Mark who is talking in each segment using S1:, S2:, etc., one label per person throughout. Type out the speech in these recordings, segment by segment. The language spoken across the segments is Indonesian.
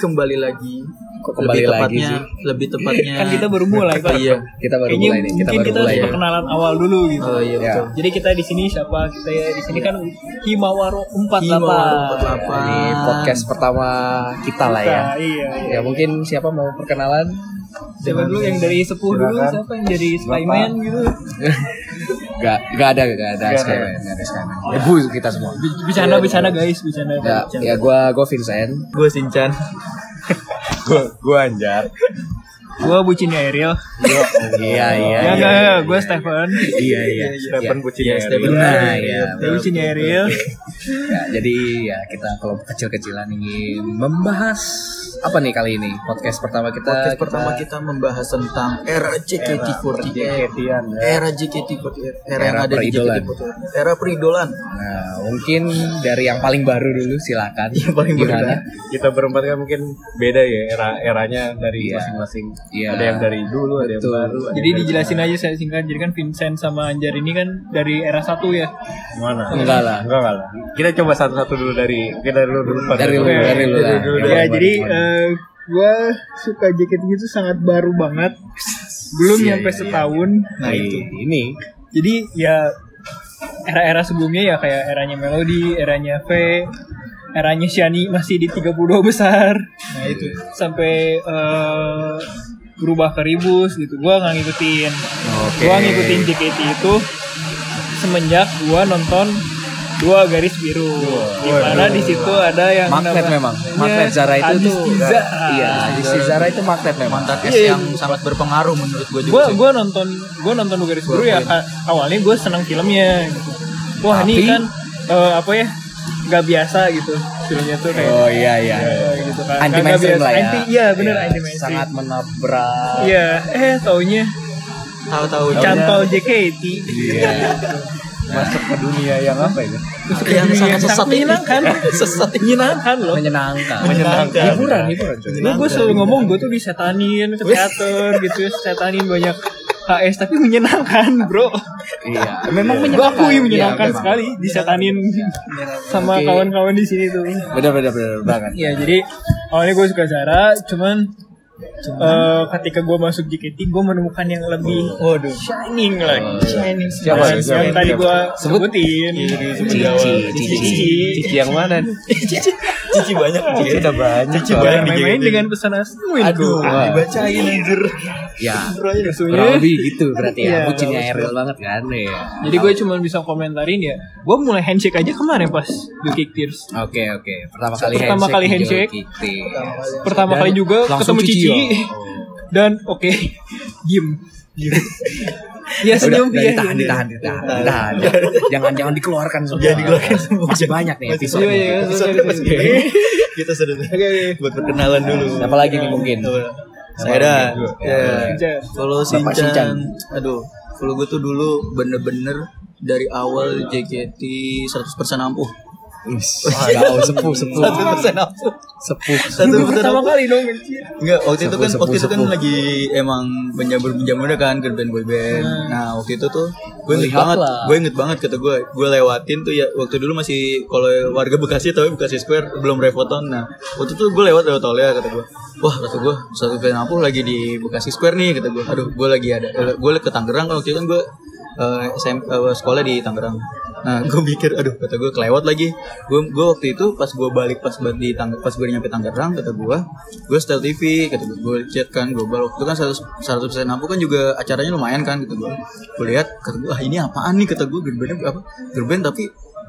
S1: kembali lagi
S2: Kembali
S1: lebih
S2: lagi
S1: tepatnya
S2: sih.
S1: lebih tepatnya
S3: Kan kita baru mulai, Pak.
S1: iya
S2: Kita baru
S3: Kayaknya
S2: mulai nih. Kita
S3: mungkin
S2: baru
S3: kita
S2: mulai
S3: harus
S2: ya.
S3: perkenalan awal dulu gitu.
S1: oh iya
S2: Ya.
S1: betul
S3: Jadi kita di sini siapa? Kita ya di sini kan Himawaro 48.
S1: Himawaru 48.
S2: Ini podcast pertama kita lah ya.
S3: Nah, iya. iya.
S2: Ya mungkin siapa mau perkenalan?
S3: Siapa dulu yang dari 10 dulu?
S4: Silakan.
S3: Siapa yang dari Spyman gitu?
S2: Gak, gak ada, gak ada Skyman, gak ada Skyman. Ibu kita semua.
S3: Bercanda, bercanda guys, bercanda.
S2: Ya, ya gua gua Vincent.
S1: gue Sinchan
S4: gua gua anjar
S3: Gue bucinnya ya, Ariel.
S2: Iya, iya.
S3: Ya,
S2: iya.
S3: enggak, gue Stefan.
S2: Iya, iya.
S4: Stephen
S1: Iya,
S4: bucinnya
S1: Stephen.
S2: Nah, iya.
S3: Gue bucinnya Ariel.
S2: Ya, jadi ya kita kelompok kecil-kecilan ingin membahas apa nih kali ini podcast pertama kita.
S1: podcast pertama kita membahas tentang era JKT48
S4: Ketian ya
S1: era JKT48 era yang
S2: Era
S1: ada di
S2: peridolan.
S1: JKT48 era peridolan
S2: Nah, mungkin dari yang paling baru dulu silakan.
S1: Yang paling baru.
S2: Gimana?
S4: kita berempat kan mungkin beda ya era eranya dari
S2: Iya.
S4: masing-masing
S2: Iya.
S4: ada yang dari dulu ada yang
S2: Betul.
S4: baru ada
S3: Jadi
S4: yang dari
S3: dijelasin aja saya singkat. Jadi kan Vincent sama Anjar ini kan dari era 1 ya.
S4: mana
S2: Enggak lah.
S4: Nah, enggak enggak lah kita coba satu-satu dulu dari kita dari lu dulu Pak.
S2: Dari lu,
S4: Oke.
S2: dari lu lah.
S4: dulu
S2: Yang
S3: Ya,
S2: baru,
S3: jadi
S2: yang baru.
S3: gue suka jaket itu sangat baru banget. Belum
S2: Iya,
S3: nyampe
S2: iya,
S3: setahun.
S2: Nah, itu. ini
S3: Jadi ya era-era sebelumnya ya kayak eranya Melody, eranya V, eranya Shani masih di 32 besar. Nah, itu sampai eh, berubah ke Ribus gitu. Gua nggak ngikutin.
S2: Oke.
S3: Gua ngikutin JKT itu semenjak gua nonton dua garis biru. Di mana di situ ada yang Iya, Anu
S2: magnet
S3: namanya-
S2: memang. Magnet Zara itu tuh.
S3: Adistiza.
S2: Iya, Adisti Zara itu magnet memang.
S1: mantan S
S3: Iya,
S1: yang sangat berpengaruh menurut gue
S3: gue
S1: juga Gitu sih.
S3: gue nonton gue nonton Dua garis biru ya a- awalnya gue senang filmnya gitu. wah ini
S2: Tapi-
S3: kan eh, apa ya nggak biasa gitu filmnya tuh kayak
S2: Oh iya iya.
S3: eh, gitu kan
S2: Anti
S3: Nggak
S2: mainstream
S3: biasa.
S2: lah ya.
S3: anti iya bener
S2: Iya,
S3: anti mainstream
S2: Sangat menabrak.
S3: iya eh taunya
S1: tahu-tahu
S3: cantol JKT
S2: Iya.
S4: masuk ke dunia yang apa itu
S1: yang sangat sesat ini
S3: menyenangkan
S1: sesat ini
S3: menyenangkan loh
S2: Menyenangkan.
S1: Menyenangkan.
S2: Hiburan, hiburan. coy.
S3: Gue gue selalu ngomong gue tuh disetanin ke teater gitu, setanin banyak HS tapi menyenangkan bro.
S2: Iya, memang
S3: Gue akui
S2: Iya,
S3: menyenangkan
S2: memang.
S3: sekali disetanin sama
S2: Oke.
S3: kawan-kawan di sini tuh.
S2: Benar benar benar banget.
S3: Iya jadi awalnya gue suka Zara, cuman, eh, ketika gue masuk JKT gue menemukan yang lebih waduh shining lagi,
S2: Oh.
S3: shining
S4: Siapa?
S3: yang,
S4: Siapa?
S3: yang tadi gue
S2: Iya,
S3: sebutin,
S2: Cici, iya, cici.
S4: cici yang mana
S1: cici banyak cici
S4: kita banyak
S3: Cici banyak
S4: Di
S3: main-main
S4: JKT.
S3: dengan pesan asmuin
S1: aduh
S2: Wah.
S1: dibacain anjir
S2: Ya,
S3: iya,
S2: kurang
S3: Jadi
S2: lebih gitu berarti ya.
S3: Iya,
S2: Bucinnya Ariel banget kan ya.
S3: gue cuma bisa komentarin ya, gue mulai handshake aja kemarin pas The Kick Tears.
S2: Oke oke. Pertama kali
S3: Pertama
S2: handshake.
S3: kali
S2: di
S3: handshake.
S2: Joy Kitty.
S3: Pertama
S2: Dan
S3: kali juga
S2: langsung
S3: ketemu Cici,
S2: Cici,
S3: Iya,
S2: ya.
S3: dan oke, diem. Ya
S2: Udah,
S3: senyum
S2: udah
S3: iya,
S2: ditahan,
S3: iya,
S2: ditahan, ditahan, ditahan. Jangan jangan Iya, dikeluarkan semua.
S1: Jangan Iya, dikeluarkan semua.
S2: Masih banyak nih
S1: Masih
S2: episode.
S3: Iya, iya, iya,
S1: Episode
S3: iya,
S1: pas
S3: iya.
S1: kita, kita sudah buat perkenalan dulu.
S2: Apa lagi nih mungkin?
S1: Saya dah. Ya.
S3: Iya.
S1: Follow
S2: Bapak Sinchan.
S1: Sinchan. Aduh, follow gue tuh dulu bener-bener dari awal JKT 100% ampuh.
S2: Wah, jauh, sepuh, sepuh.
S1: 100% ampuh.
S2: Sepuh.
S1: 100%
S3: Pertama
S1: ampuh.
S3: kali dong.
S1: Enggak, waktu itu kan
S2: Sepuh,
S1: waktu itu
S2: sepuh,
S1: kan
S2: sepuh.
S1: lagi emang menjamur menjamurnya kan girl band boy band. Nah, waktu itu tuh gue inget
S2: Melihatlah.
S1: banget, gue inget banget kata gue, gue lewatin tuh ya waktu dulu masih kalau warga Bekasi tau ya, Bekasi Square belum Revoton. Nah, waktu itu gue lewat lewat tolnya kata gue, wah kata gue satu band aku lagi di Bekasi Square nih kata gue. Aduh, gue lagi ada, gue ke Tangerang kan waktu itu kan gue eh, SM, eh, sekolah di Tangerang. Nah, gue mikir, aduh, kata gue kelewat lagi. Gue gue waktu itu pas gue balik pas ba- di Tang- pas gue nyampe Tangerang, kata gue, gue setel TV, kata gue, gue chat kan global. Waktu itu kan 100 100 persen aku kan juga acaranya lumayan kan, kata gue. Gue lihat, kata gue, ah ini apaan nih, kata gue, gerben apa? Gerben tapi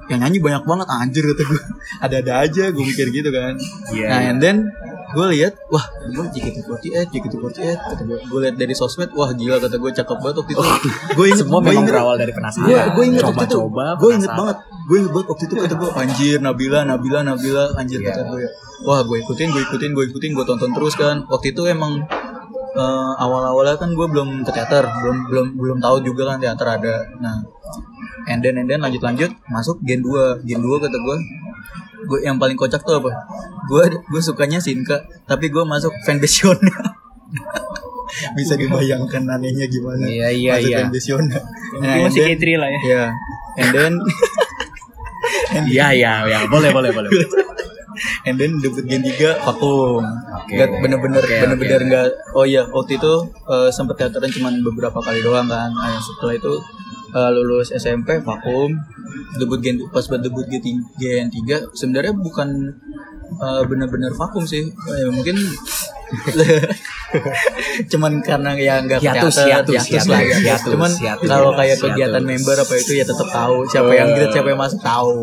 S1: yang nyanyi banyak banget anjir kata gue ada-ada aja gue mikir gitu kan
S2: Iya.
S1: nah and then gue lihat wah gue JKT48 JKT48 kata gue gue lihat dari sosmed wah gila kata gue cakep banget waktu itu gue inget
S2: Oh. Semua
S1: gue
S2: memang
S1: inget-
S2: berawal dari penasaran.
S1: gue gue inget waktu itu
S2: coba-coba.
S1: gue inget
S2: penasaran.
S1: banget gue inget banget waktu itu kata gue anjir Nabila Nabila Nabila anjir
S2: Iya.
S1: kata gue wah gue ikutin gue ikutin gue ikutin gue tonton terus kan waktu itu emang eh, awal-awalnya kan gue belum ke teater belum belum belum tahu juga kan teater ada nah and then and then lanjut lanjut masuk gen 2 gen 2 kata gue gue yang paling kocak tuh apa gue gue sukanya Sinka tapi gue masuk fanbase Shona. bisa dibayangkan anehnya gimana
S2: Iya, iya,
S1: masuk
S2: iya.
S1: fanbase Shona. Nah,
S3: Gue
S1: and
S3: masih
S1: then-
S3: K3 lah ya.
S1: Ya, and then
S2: Iya, iya, iya. Boleh, boleh, boleh.
S1: and then debut gen 3 vakum
S2: Oke.
S1: Nggak bener-bener
S2: Oke,
S1: bener-bener
S2: oke.
S1: nggak oh iya waktu itu eh, sempet teateran cuma beberapa kali doang kan nah, setelah itu eh, lulus SMP vakum debut gen pas buat debut gen ti- gen 3 sebenarnya bukan eh, bener-bener vakum sih Eh, mungkin cuman karena ya nggak
S2: Hiatus,
S1: kelihatan,
S2: hiatus, hiatus,
S1: lah, ya.
S2: hiatus, hiatus,
S1: cuman
S2: hiatus,
S1: kalau kayak
S2: hiatus. Eh.
S1: kegiatan member apa itu ya tetap tahu siapa yang kita siapa yang masuk tahu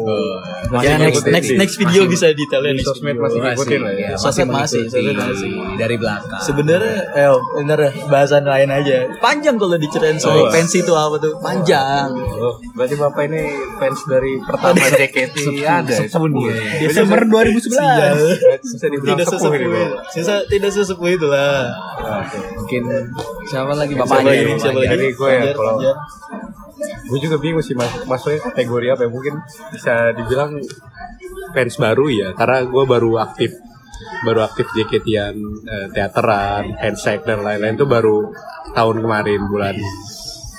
S2: Masih
S1: ya next
S2: ngikutin
S1: next
S2: sih.
S1: next video bisa detailnya
S4: di
S1: next
S4: sosmed
S1: video.
S4: masih ngikutin lah
S2: ya,
S4: ya.
S1: Sosmed masih,
S2: mengikuti
S1: sosmed masih.
S2: dari belakang.
S1: Sebenarnya, eh, bener bahasan lain aja. Panjang kalau diceritain soal
S4: Oh.
S1: pensi itu apa tuh? Panjang.
S4: Oh, berarti bapak ini fans dari pertama JKT ada ya, sepuluh.
S3: Desember 2011.
S4: Bisa dibilang
S1: Tidak
S4: sepuluh
S1: sesepuh
S2: ya.
S4: ini.
S1: itu.
S4: Bapak.
S1: Sisa tidak sesepuh itulah.
S4: Oke.
S2: mungkin siapa lagi
S1: Siapa
S2: bapaknya?
S1: lagi?
S2: bapaknya.
S1: Siapa lagi?
S4: Dari gue ya,
S1: Panjang,
S4: kalau-
S1: panjang.
S4: Gue juga bingung sih mas, masuknya kategori apa ya mungkin bisa dibilang fans baru ya karena gue baru aktif baru aktif JKT-an eh, teateran, handshake dan lain-lain itu baru tahun kemarin bulan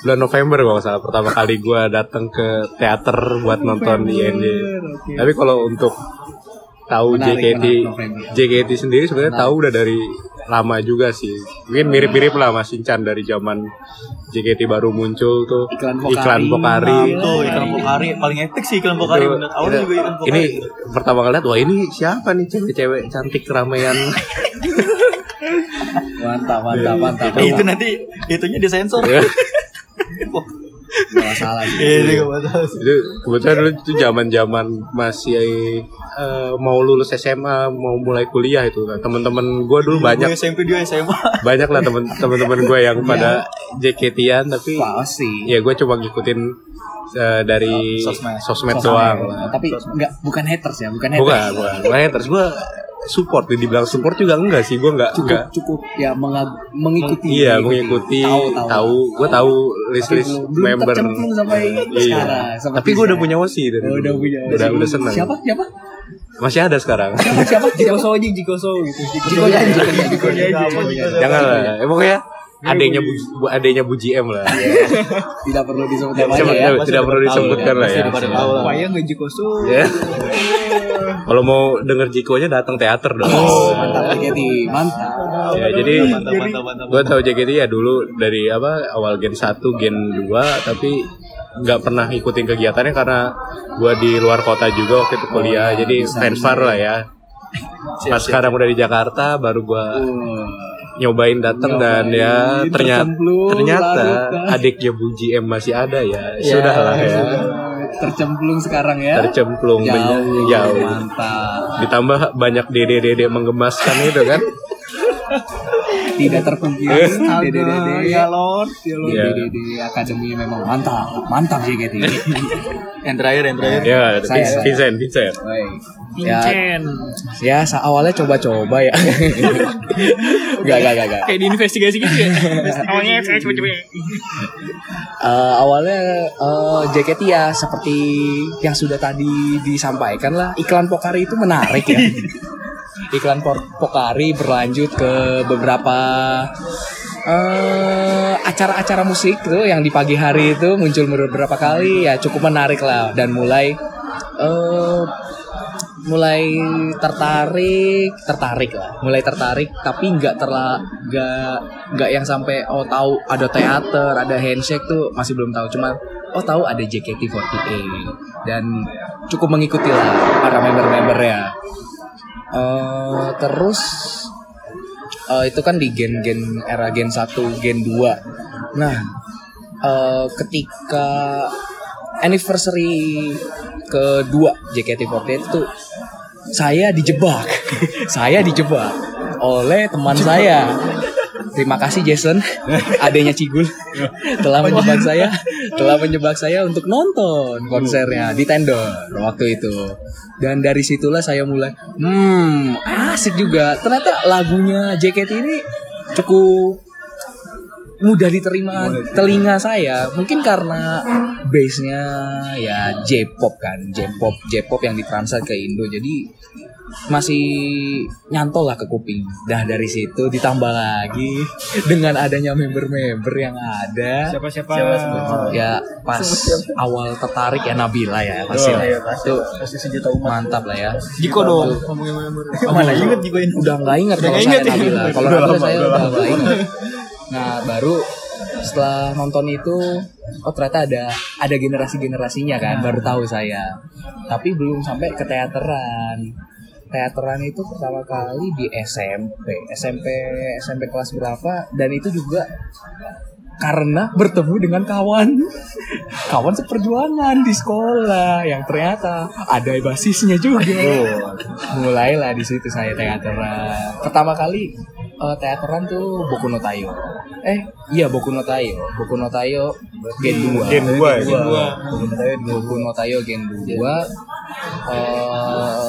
S4: bulan November kalau nggak salah pertama kali gue datang ke teater buat nonton INJ. Tapi kalau untuk tahu
S2: Menarik,
S4: JKT
S2: menarik November.
S4: JKT sendiri sebenarnya tahu udah dari lama juga sih. Mungkin mirip-mirip lah Mas Incan dari zaman JKT baru muncul tuh
S2: Iklan Pokari.
S4: Pokari.
S1: Itu iklan Pokari paling epic sih iklan Pokari.
S4: Itu-
S1: bener. Iya, Awalnya
S4: itu-
S1: juga iklan Pokari.
S4: iya. Ini pertama kali lihat wah ini siapa nih cewek-cewek cantik keramaian.
S2: Mantap, mantap, mantap.
S1: Eh, itu nanti itunya disensor.
S4: Ya,
S2: Nggak salah sih.
S1: Iya, itu nggak masalah sih.
S4: itu kebetulan dulu itu zaman-zaman masih eh, mau lulus SMA, mau mulai kuliah itu. Nah, teman-teman gue dulu banyak
S1: Gue SMP dia SMA.
S4: banyak lah temen teman-teman gue yang pada JKT-an tapi
S2: Pasti.
S4: ya gue coba ngikutin eh, dari
S1: Sosmed.
S4: sosmed,
S2: Sosmed. Iya.
S4: doang lah.
S2: Tapi nggak bukan haters ya, bukan haters.
S4: bukan bukan bukan haters gue support dibilang support juga enggak sih gue enggak
S2: Cukup
S4: enggak
S2: cukup ya menga- mengikuti.
S4: iya mengikuti
S2: Tahu,
S4: tahu,
S2: tahu.
S4: gue tahu list list
S2: belum- belum
S4: member Iya.
S2: tercemplung sampai sekarang, seperti
S4: tapi gue udah
S2: saya.
S4: punya wasi dari
S2: Oh, udah
S4: dulu.
S2: punya.
S4: udah udah seneng
S2: Siapa? Siapa?
S4: masih ada sekarang
S2: Siapa? Siapa?
S3: Jikoso aja Jikoso gitu.
S2: Jiko Janji. Jiko
S1: gitu.
S2: Janji.
S4: jangan lah emang ya
S2: Iya,
S4: adanya bu adanya bu GM lah
S2: Tidak perlu disebut namanya
S4: Siapa-
S2: ya.
S4: tidak, tidak perlu disebutkan lah ya
S1: Pada tahu lah.
S3: Paya nggak Jikoso.
S4: Ya. Kalau mau denger Jikonya datang teater dong.
S2: Oh, Mantap JKT, mantap.
S4: Ya, jadi
S1: Mantap, mantap, mantap.
S4: gue tahu JKT ya dulu dari apa awal gen 1, gen 2 tapi nggak pernah ngikutin kegiatannya karena gue di luar kota juga waktu itu kuliah. jadi fans far lah ya. Pas sekarang udah di Jakarta baru gue nyobain datang dan ya ternyata
S2: tercemplung,
S4: ternyata ya
S2: larut.
S4: adiknya Bu GM masih ada ya. Sudahlah ya.
S2: Tercemplung sekarang ya.
S4: Tercemplung banyak
S2: Jauh,
S4: jauh.
S2: Mantap.
S4: Ditambah banyak dede-dede menggemaskan itu kan.
S2: tidak
S1: Eh.
S2: terpungkiri dede dede
S3: Ya Lord, ya Lord.
S1: Iya.
S4: Ya.
S2: dede akademi memang mantap mantap JKT
S1: Yang terakhir, yang terakhir.
S4: Ya,
S2: Saya, saya.
S4: Vincent, Vincent.
S2: Baik. ya
S3: Vincent.
S2: ya sa- awalnya coba-coba ya gak gak gak gak
S3: Kayak diinvestigasi gitu ya. Awalnya saya coba-coba.
S2: Eh, awalnya eh, JKT ya seperti yang sudah tadi disampaikan lah iklan Pokari itu menarik ya iklan Por- Pokari berlanjut ke beberapa eh, acara-acara musik tuh yang di pagi hari itu muncul beberapa kali ya cukup menarik lah dan mulai eh, mulai tertarik tertarik lah mulai tertarik tapi nggak terla nggak nggak yang sampai oh tahu ada teater ada handshake tuh masih belum tahu cuma oh tahu ada JKT48 dan cukup mengikuti lah para member-membernya Eh, terus eh, itu kan di gen-gen era gen 1 gen 2 nah eh, ketika anniversary kedua JKT48 itu saya dijebak saya dijebak oleh teman saya terima kasih Jason adanya Cigul telah menjebak saya telah menjebak saya untuk nonton konsernya di tender waktu itu dan dari situlah saya mulai hmm asik juga ternyata lagunya JKT ini cukup mudah diterima telinga saya mungkin karena base-nya ya J-pop kan J-pop J-pop yang ditranslate ke Indo jadi masih nyantol lah ke kuping. Dah dari situ ditambah lagi dengan adanya member-member yang ada
S3: Siapa-siapa
S2: ya pas awal tertarik ya Nabila ya pasti lah. itu mantap lah ya
S1: Jiko doang.
S3: Mana inget juga ini
S2: udah nggak ingat kalau saya
S1: inget ya.
S2: Nabila kalau
S4: Udah
S2: Nabila
S4: lama,
S2: saya
S4: udah
S2: udah nggak ingat nah baru setelah nonton itu oh ternyata ada ada generasi generasinya kan baru tahu saya tapi belum sampai ke teateran teateran itu pertama kali di SMP SMP SMP kelas berapa dan itu juga karena bertemu dengan kawan kawan seperjuangan di sekolah yang ternyata ada basisnya juga mulailah di situ saya teateran pertama kali eh, teateran tuh Boku no Tayo eh iya Boku no Tayo Boku no Tayo Gen 2
S4: Gen dua ya?
S2: Gen dua. Boku no Tayo Gen 2 eh,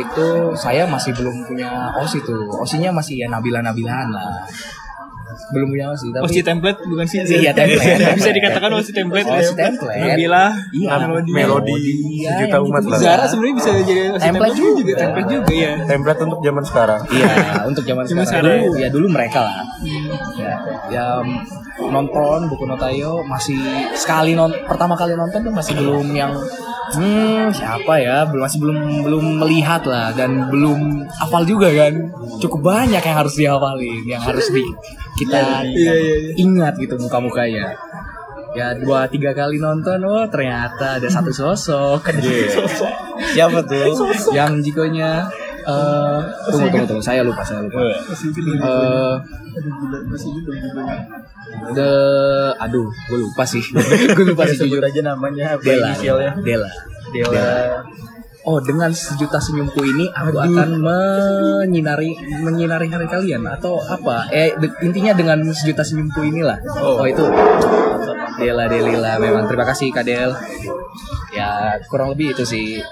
S2: itu saya masih belum punya OSI tuh OSI-nya masih ya Nabila-Nabilaan lah belum punya OSI tapi
S3: Masih template bukan sih?
S2: Iya, template.
S3: Bisa dikatakan masih template.
S2: OSI template.
S3: Nabila,
S2: Iya.
S3: melodi.
S4: Melodi
S2: Iya,
S4: sejuta
S2: yang
S4: umat lah.
S2: gitu-gitu.
S3: Zara sebenarnya bisa jadi OSI
S2: Template juga.
S3: Template juga ya.
S4: Template untuk zaman sekarang.
S2: Iya, untuk zaman
S3: Cuma
S2: sekarang,
S3: sekarang
S2: dulu, ya dulu mereka lah. Ya, ya, nonton buku Notayo masih sekali non pertama kali nonton tuh masih belum yang hmm siapa ya belum masih belum belum melihat lah dan belum hafal juga kan cukup banyak yang harus dihafalin yang harus di
S3: Iya,
S2: kita ingat gitu muka-mukanya ya dua tiga kali nonton oh ternyata ada satu sosok Iya.
S1: Siapa tuh?
S2: yang jikonya eh tunggu tunggu tunggu saya lupa saya lupa Eh, the aduh gue lupa sih gue lupa sih jujur
S1: aja namanya apa
S2: Dela
S1: inisialnya.
S2: Dela
S1: Dela.
S2: Oh dengan sejuta senyumku ini aku akan menyinari menyinari hari kalian atau apa? Eh de- intinya dengan sejuta senyumku inilah. Oh, itu Dela Delila memang terima kasih Kak Del. Ya kurang lebih itu sih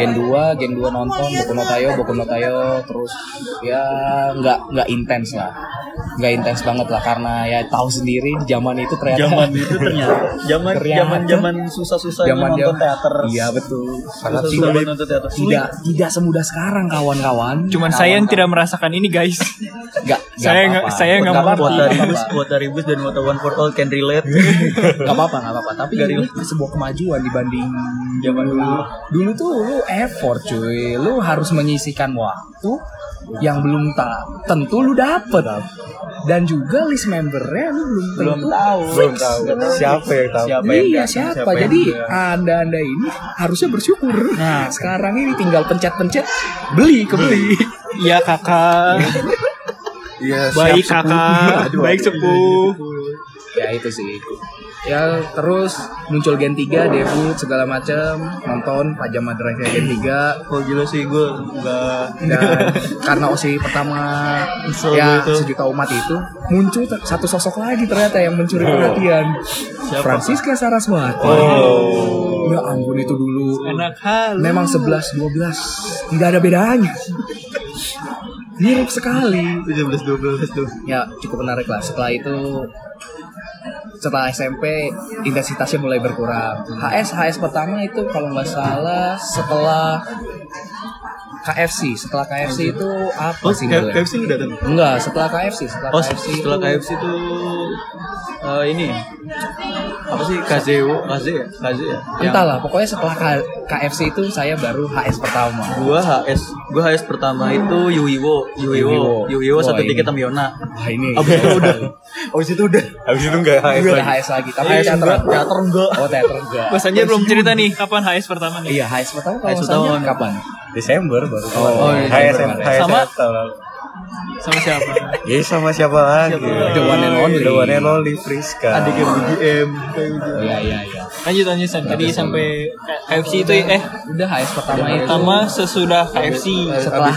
S2: Gen 2, Gen 2 nonton Boku no Tayo, Boku no Tayo terus ya nggak nggak intens lah nggak intens banget lah karena ya tahu sendiri di zaman itu ternyata
S1: Zaman itu ternyata. Zaman
S2: Ternyata.
S1: zaman zaman susah-susah nonton
S2: dia-
S1: teater.
S2: Iya betul.
S1: Sangat sulit nonton teater.
S2: Tidak tidak semudah sekarang kawan-kawan.
S3: Cuman saya yang tidak merasakan ini guys.
S2: Nggak- nggak
S3: saya
S2: apa-apa.
S3: nggak saya nggak
S2: Nggak
S3: mengerti.
S1: Wata
S2: apa-apa.
S1: ribus, Wata ribus dan Wata one for all can relate.
S2: Gak apa-apa, gak apa-apa. Tapi ini sebuah kemajuan dibanding zaman dulu. Dulu tuh lu effort cuy. Lu harus menyisihkan waktu yang belum tak tentu lu dapet. Dan juga list membernya lu belum tentu
S1: Belum tahu.
S4: Belum tahu siapa yang tahu.
S1: Siapa yang
S2: Iya
S1: datang,
S2: siapa?
S1: yang
S2: Jadi
S1: enggak.
S2: anda-anda ini harusnya bersyukur. Nah sekarang ini tinggal pencet-pencet beli kebeli.
S3: Iya kakak.
S4: Iya,
S3: Baik kakak. Baik sepuh.
S2: ya itu sih ya terus muncul Gen 3 debut segala macam nonton pajama drive Gen 3
S1: Kok Oh, gila sih gue nggak
S2: dan karena OSI pertama
S1: Seru
S2: ya
S1: itu.
S2: sejuta umat itu muncul ter- satu sosok lagi ternyata yang mencuri perhatian Francisca Saraswati ya ampun itu dulu
S3: Enak hal.
S2: memang 11 12 tidak ada bedanya mirip
S1: 17
S2: sekali
S1: 12 tuh.
S2: ya cukup menarik lah setelah itu setelah SMP intensitasnya mulai berkurang HS HS pertama itu kalau nggak salah setelah KFC setelah KFC itu apa
S1: Oh,
S2: sih
S1: K-
S2: Bel?
S1: KFC udah datang.
S2: enggak setelah KFC setelah
S1: Oh,
S2: KFC
S1: setelah
S2: itu-
S1: KFC tuh eh, ini ya? apa sih KZO KZ ya KZ ya Yang-
S2: entahlah pokoknya setelah K- KFC itu saya baru HS pertama
S1: gua HS gua HS pertama itu Yuiwo Yuiwo
S2: Yuiwo.
S1: Yuiwo iya.
S2: Wah,
S1: satu
S2: ini.
S1: tiket sama Yona
S2: Wah ini
S1: abis itu udah abis itu udah
S4: Habis itu enggak HS
S2: udah
S4: lagi.
S2: HS lagi tapi
S1: HS
S2: teater
S1: enggak teater enggak
S2: oh teater enggak
S3: Mas Anjar belum cerita nih kapan HS pertama nih.
S2: iya HS pertama kalau
S1: HS
S2: nggak salah
S1: pertama.
S2: kapan
S4: Desember baru.
S2: Oh, iya.
S4: HS HS
S3: Sama?
S4: tahun lalu.
S3: Sama siapa?
S4: Ya sama siapa lagi?
S2: The one and only.
S4: The one and only Friska.
S1: adiknya BGM
S2: iya iya iya
S3: Lanjut lanjut San. Tadi sampai KFC itu eh
S2: udah HS pertama itu
S3: pertama sesudah KFC.
S2: setelah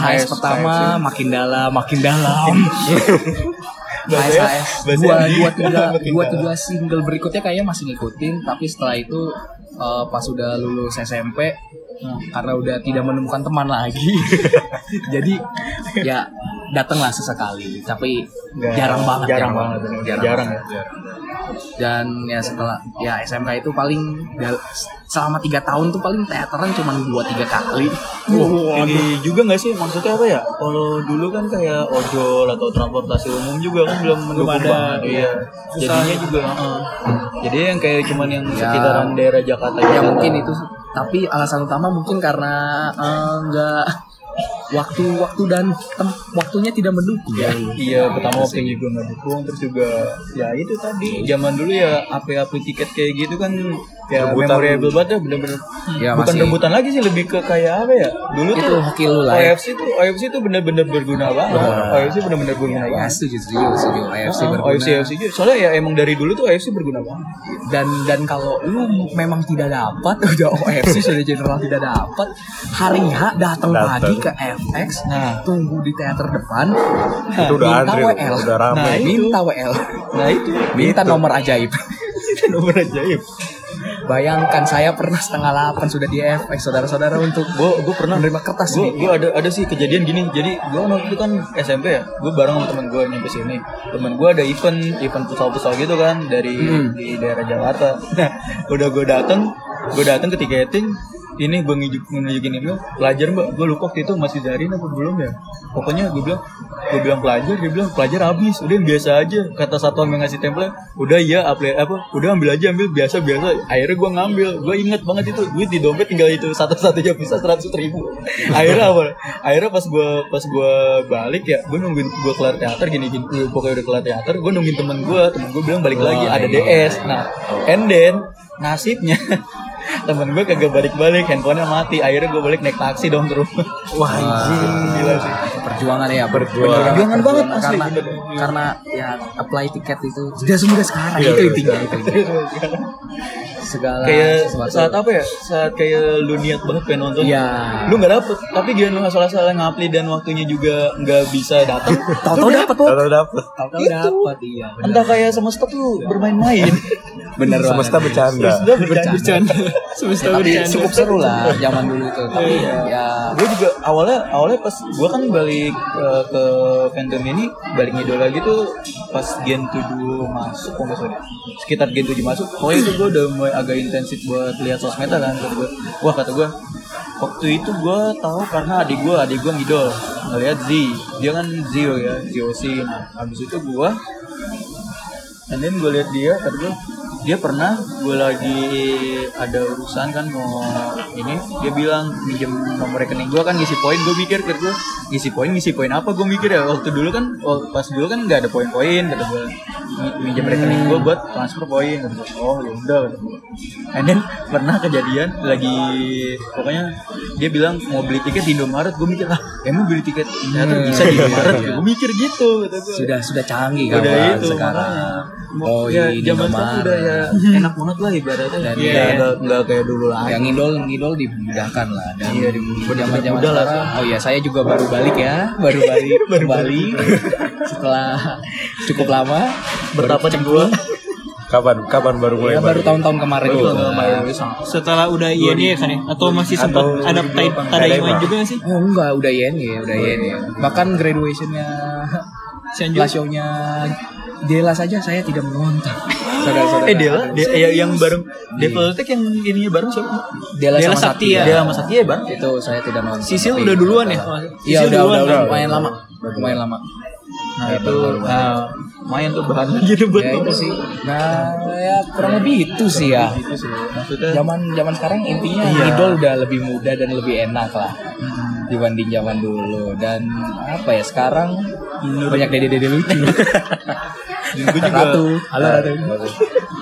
S1: Abis
S2: HS
S1: HS,
S2: pertama makin dalam makin dalam HS
S1: Bahasa- ya?
S2: HS
S1: bahasa-
S2: dua dua tiga
S1: makin
S2: dua
S1: dalam.
S2: tiga single berikutnya kayaknya masih ngikutin tapi setelah itu eh, pas udah lulus SMP eh, karena udah tidak menemukan teman lagi jadi ya datanglah sesekali tapi
S1: Nggak-
S2: Jarang banget,
S1: Jarang
S2: jarang
S1: banget.
S2: banget.
S1: Jarang,
S2: Jarang.
S1: ya.
S2: dan ya setelah ya SMK itu paling dal- selama tiga tahun tuh paling teateran cuma dua tiga kali
S1: Wah, ini juga nggak sih maksudnya apa ya? Kalau dulu kan kayak ojol atau transportasi umum juga kan belum mendukung
S3: ada,
S1: banget. Iya.
S3: Susah.
S1: Jadinya juga. heeh. Jadi yang kayak cuman yang
S2: Ya.
S1: sekitaran daerah Jakarta
S2: ya
S1: Jakarta.
S2: mungkin itu sih. tapi alasan utama mungkin karena eh, nggak waktu waktu dan tem- waktunya tidak mendukung
S1: Ya, iya, pertama waktu juga nggak dukung, terus juga ya itu tadi zaman dulu ya apa-apa tiket kayak gitu kan ya
S4: Rebutan.
S1: memorable banget ya bener-bener
S2: Ya,
S1: bukan
S2: masih-
S1: rebutan lagi sih lebih ke kayak apa ya dulu
S2: Itu
S1: tuh
S2: hoki lu lah ya.
S1: OFC tuh OFC tuh bener-bener berguna banget OFC bener-bener berguna
S2: ya
S1: banget
S2: setuju setuju setuju AFC
S1: Ah,
S2: berguna.
S1: OFC OFC juga. soalnya ya emang dari dulu tuh OFC berguna banget
S2: dan dan kalau lu memang tidak dapat udah OFC sudah general tidak dapat hari H datang
S4: Datang.
S2: pagi ke FX
S1: Nah.
S2: tunggu di teater depan
S4: Itu
S2: minta
S4: udah antri,
S2: WL
S4: udah rame.
S1: Nah, itu.
S2: minta WL
S1: nah itu
S2: minta nomor ajaib
S1: itu nomor ajaib
S2: bayangkan saya pernah setengah 8 sudah di FX saudara-saudara untuk
S1: gue gue pernah
S2: menerima kertas
S1: gue
S2: nih
S1: gue ada ada sih kejadian gini jadi gue waktu itu kan SMP ya gue bareng sama temen gue nyampe sini temen gue ada event event futsal-futsal gitu kan dari di daerah Jakarta nah udah gue dateng gue dateng ke tiketing ini gue ngijuk nunjukin email pelajar mbak gue lupa waktu itu masih dari apa belum ya pokoknya gue bilang gue bilang pelajar dia bilang pelajar habis udah yang biasa aja kata satpam yang ngasih tempel udah iya apply apa udah ambil aja ambil biasa biasa akhirnya gue ngambil gue inget banget itu duit di dompet tinggal itu satu satunya bisa seratus ribu akhirnya apa akhirnya pas gue pas gue balik ya gue nungguin gue kelar teater gini gini Eh, pokoknya udah kelar teater gue nungguin temen gue temen gue bilang balik lagi ada ds nah and then nasibnya temen gue kagak balik-balik handphonenya mati akhirnya gue balik naik taksi dong ke rumah wah gila sih
S2: perjuangan ya
S4: Perjuangan.
S2: perjuangan banget
S1: Perjuangan,
S2: karena
S1: asli, bener.
S2: karena ya apply tiket itu sudah semudah sekarang
S4: Iya,
S2: itu
S4: iya,
S2: intinya itu intinya. segala
S1: kayak
S2: sesuatu
S1: saat apa ya saat kayak lu niat banget pengen nonton
S2: Iya.
S1: lu nggak dapet tapi gila lu nggak salah-salah ngapli dan waktunya juga nggak bisa datang
S2: tahu-tahu dapat
S4: Tahu tahu dapet.
S2: tahu-tahu
S1: Itu.
S2: dapat iya bener.
S1: entah kayak semesta tuh bermain-main
S2: bener
S4: Semesta
S2: banget.
S4: bercanda.
S1: Semesta bercanda,
S3: bercanda semesta
S2: tapi
S1: Iya.
S3: bercanda
S2: cukup seru lah zaman dulu itu tapi ya
S1: gue juga awalnya awalnya pas gue kan balik ke, ke fandom ini balik ngidola gitu pas gen 7 masuk kalau nggak salah deh. sekitar gen 7 masuk pokoknya itu gue udah mulai agak intensif buat lihat sosmed kan kata gue wah kata gue waktu itu gue tahu karena adik gue adik gue ngidol ngeliat Z dia kan Zio ya Zio sih nah, habis itu gue And then gue liat dia, kata gue, dia pernah gue lagi ada urusan kan mau ini, dia bilang minjem nomor rekening gue kan ngisi poin, gue mikir kata gue ngisi poin ngisi poin apa gue mikir ya waktu dulu kan wak- pas dulu kan nggak ada poin-poin kata gue "Mi- minjem rekening gue buat transfer poin kata gue oh ya udah kata gue and then pernah kejadian lagi pokoknya dia bilang mau beli tiket di Indomaret gue mikir ah emang beli tiket ternyata bisa di Indomaret gue mikir gitu kata gue
S2: sudah sudah canggih kan
S1: udah
S2: Bang,
S1: itu
S2: sekarang
S1: makanya
S2: oh
S1: ya,
S2: ini
S1: zaman sekarang
S2: kemana
S1: udah ya enak banget lah ibaratnya
S2: Dan
S1: Iya,
S2: ya.
S1: nggak nggak kayak dulu lah
S2: yang ngidol ngidol dimudahkan lah dan
S1: Iya,
S2: zaman
S1: dimudahkan.
S2: zaman
S1: Mudah lah
S2: sekarang oh ya saya juga baru balik ya baru balik kembali setelah cukup lama
S1: betapa gua
S4: Kapan kapan baru mulai?
S2: ya baru tahun-tahun kemarin
S4: Baru
S2: gitu
S4: tahun
S2: lah.
S3: setelah udah iya dia kan ya atau masih
S4: Atau
S3: sempat ada
S4: 2008.
S3: tadaiman juga nggak sih
S2: oh enggak udah yen ya udah yen ya bahkan graduationnya
S3: Sianju
S2: lashow-nya Dela saja saya tidak menonton saudara-saudara Iya.
S1: eh Dela De- ya, yang bareng Devil Tech yang ininya bareng siapa
S2: Dela sama
S3: Dela
S2: Sakti
S3: Saktia.
S2: ya
S1: Dela sama Sakti ya bang
S2: itu saya tidak nonton
S3: Sisil
S2: Tapi
S3: udah duluan ya?
S2: tahu.
S3: Sisil
S2: iya udah,
S3: duluan
S2: udah udah
S3: kan?
S2: lumayan lama lumayan lama
S1: nah itu nah, lumayan tuh bahan lagi tuh buat
S2: ya itu sih nah ya kurang lebih itu sih ya
S1: Gitu sih, maksudnya
S2: zaman zaman sekarang intinya
S1: Iya.
S2: idol udah lebih mudah dan lebih enak lah dibanding zaman dulu dan apa ya sekarang banyak dede dede lucu
S1: gue juga
S2: ratu halo ratu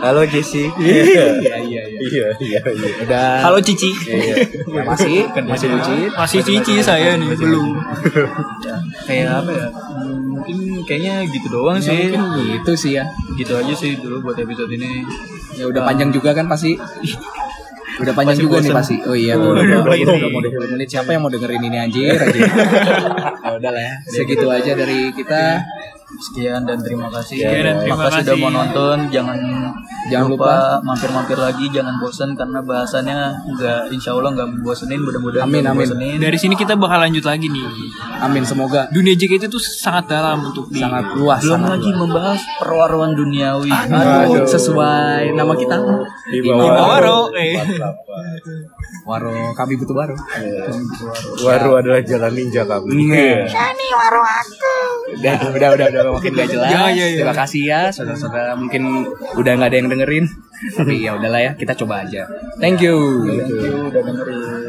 S1: halo Jesse
S2: iya iya iya
S4: Iya iya iya.
S2: udah
S3: halo Cici
S2: Iya, iya. masih masih lucu
S3: masih Cici saya nih belum
S1: kayak apa ya Hmm, mungkin kayaknya gitu doang
S3: Ya,
S1: sih
S2: mungkin gitu sih ya
S1: gitu aja sih dulu buat episode ini
S2: ya udah panjang juga kan pasti udah
S1: Ah.
S2: panjang
S1: Pasti
S2: juga nih
S1: bosen.
S2: pasti oh iya tuh
S1: Udah
S2: udah mau
S1: panjang.
S2: udah mau 20 menit siapa yang mau dengerin ini anjir anjir ya udah lah ya segitu aja dari kita
S1: Iya. sekian dan terima kasih.
S3: Sekian dan terima
S1: Makasih
S3: kasih.
S1: sudah mau nonton. Jangan
S2: Jangan
S1: jangan
S2: lupa.
S1: lupa mampir-mampir lagi. Jangan bosan karena bahasannya nggak insya Allah nggak membosenin. Mudah-mudahan
S2: Amin,
S1: nggak
S2: amin.
S1: membosenin.
S3: dari sini kita bakal lanjut lagi nih
S2: Amin semoga
S3: Dunia JKT itu sangat dalam untuk di
S2: sangat luas
S1: Belum
S2: sangat
S1: lagi
S2: luas.
S1: membahas perwaruan duniawi.
S2: Aduh, sesuai nama kita
S4: Di
S3: Di
S4: bawah
S3: Mawaro, eh.
S2: Waro kami butuh waro
S4: Waru adalah jalan ninja Iya. kami.
S2: udah udah udah udah makin gak jelas
S3: Ya, ya, ya.
S2: terima kasih ya saudara-saudara mungkin udah nggak ada yang dengerin tapi ya udahlah ya kita coba aja thank you.
S1: Udah dengerin.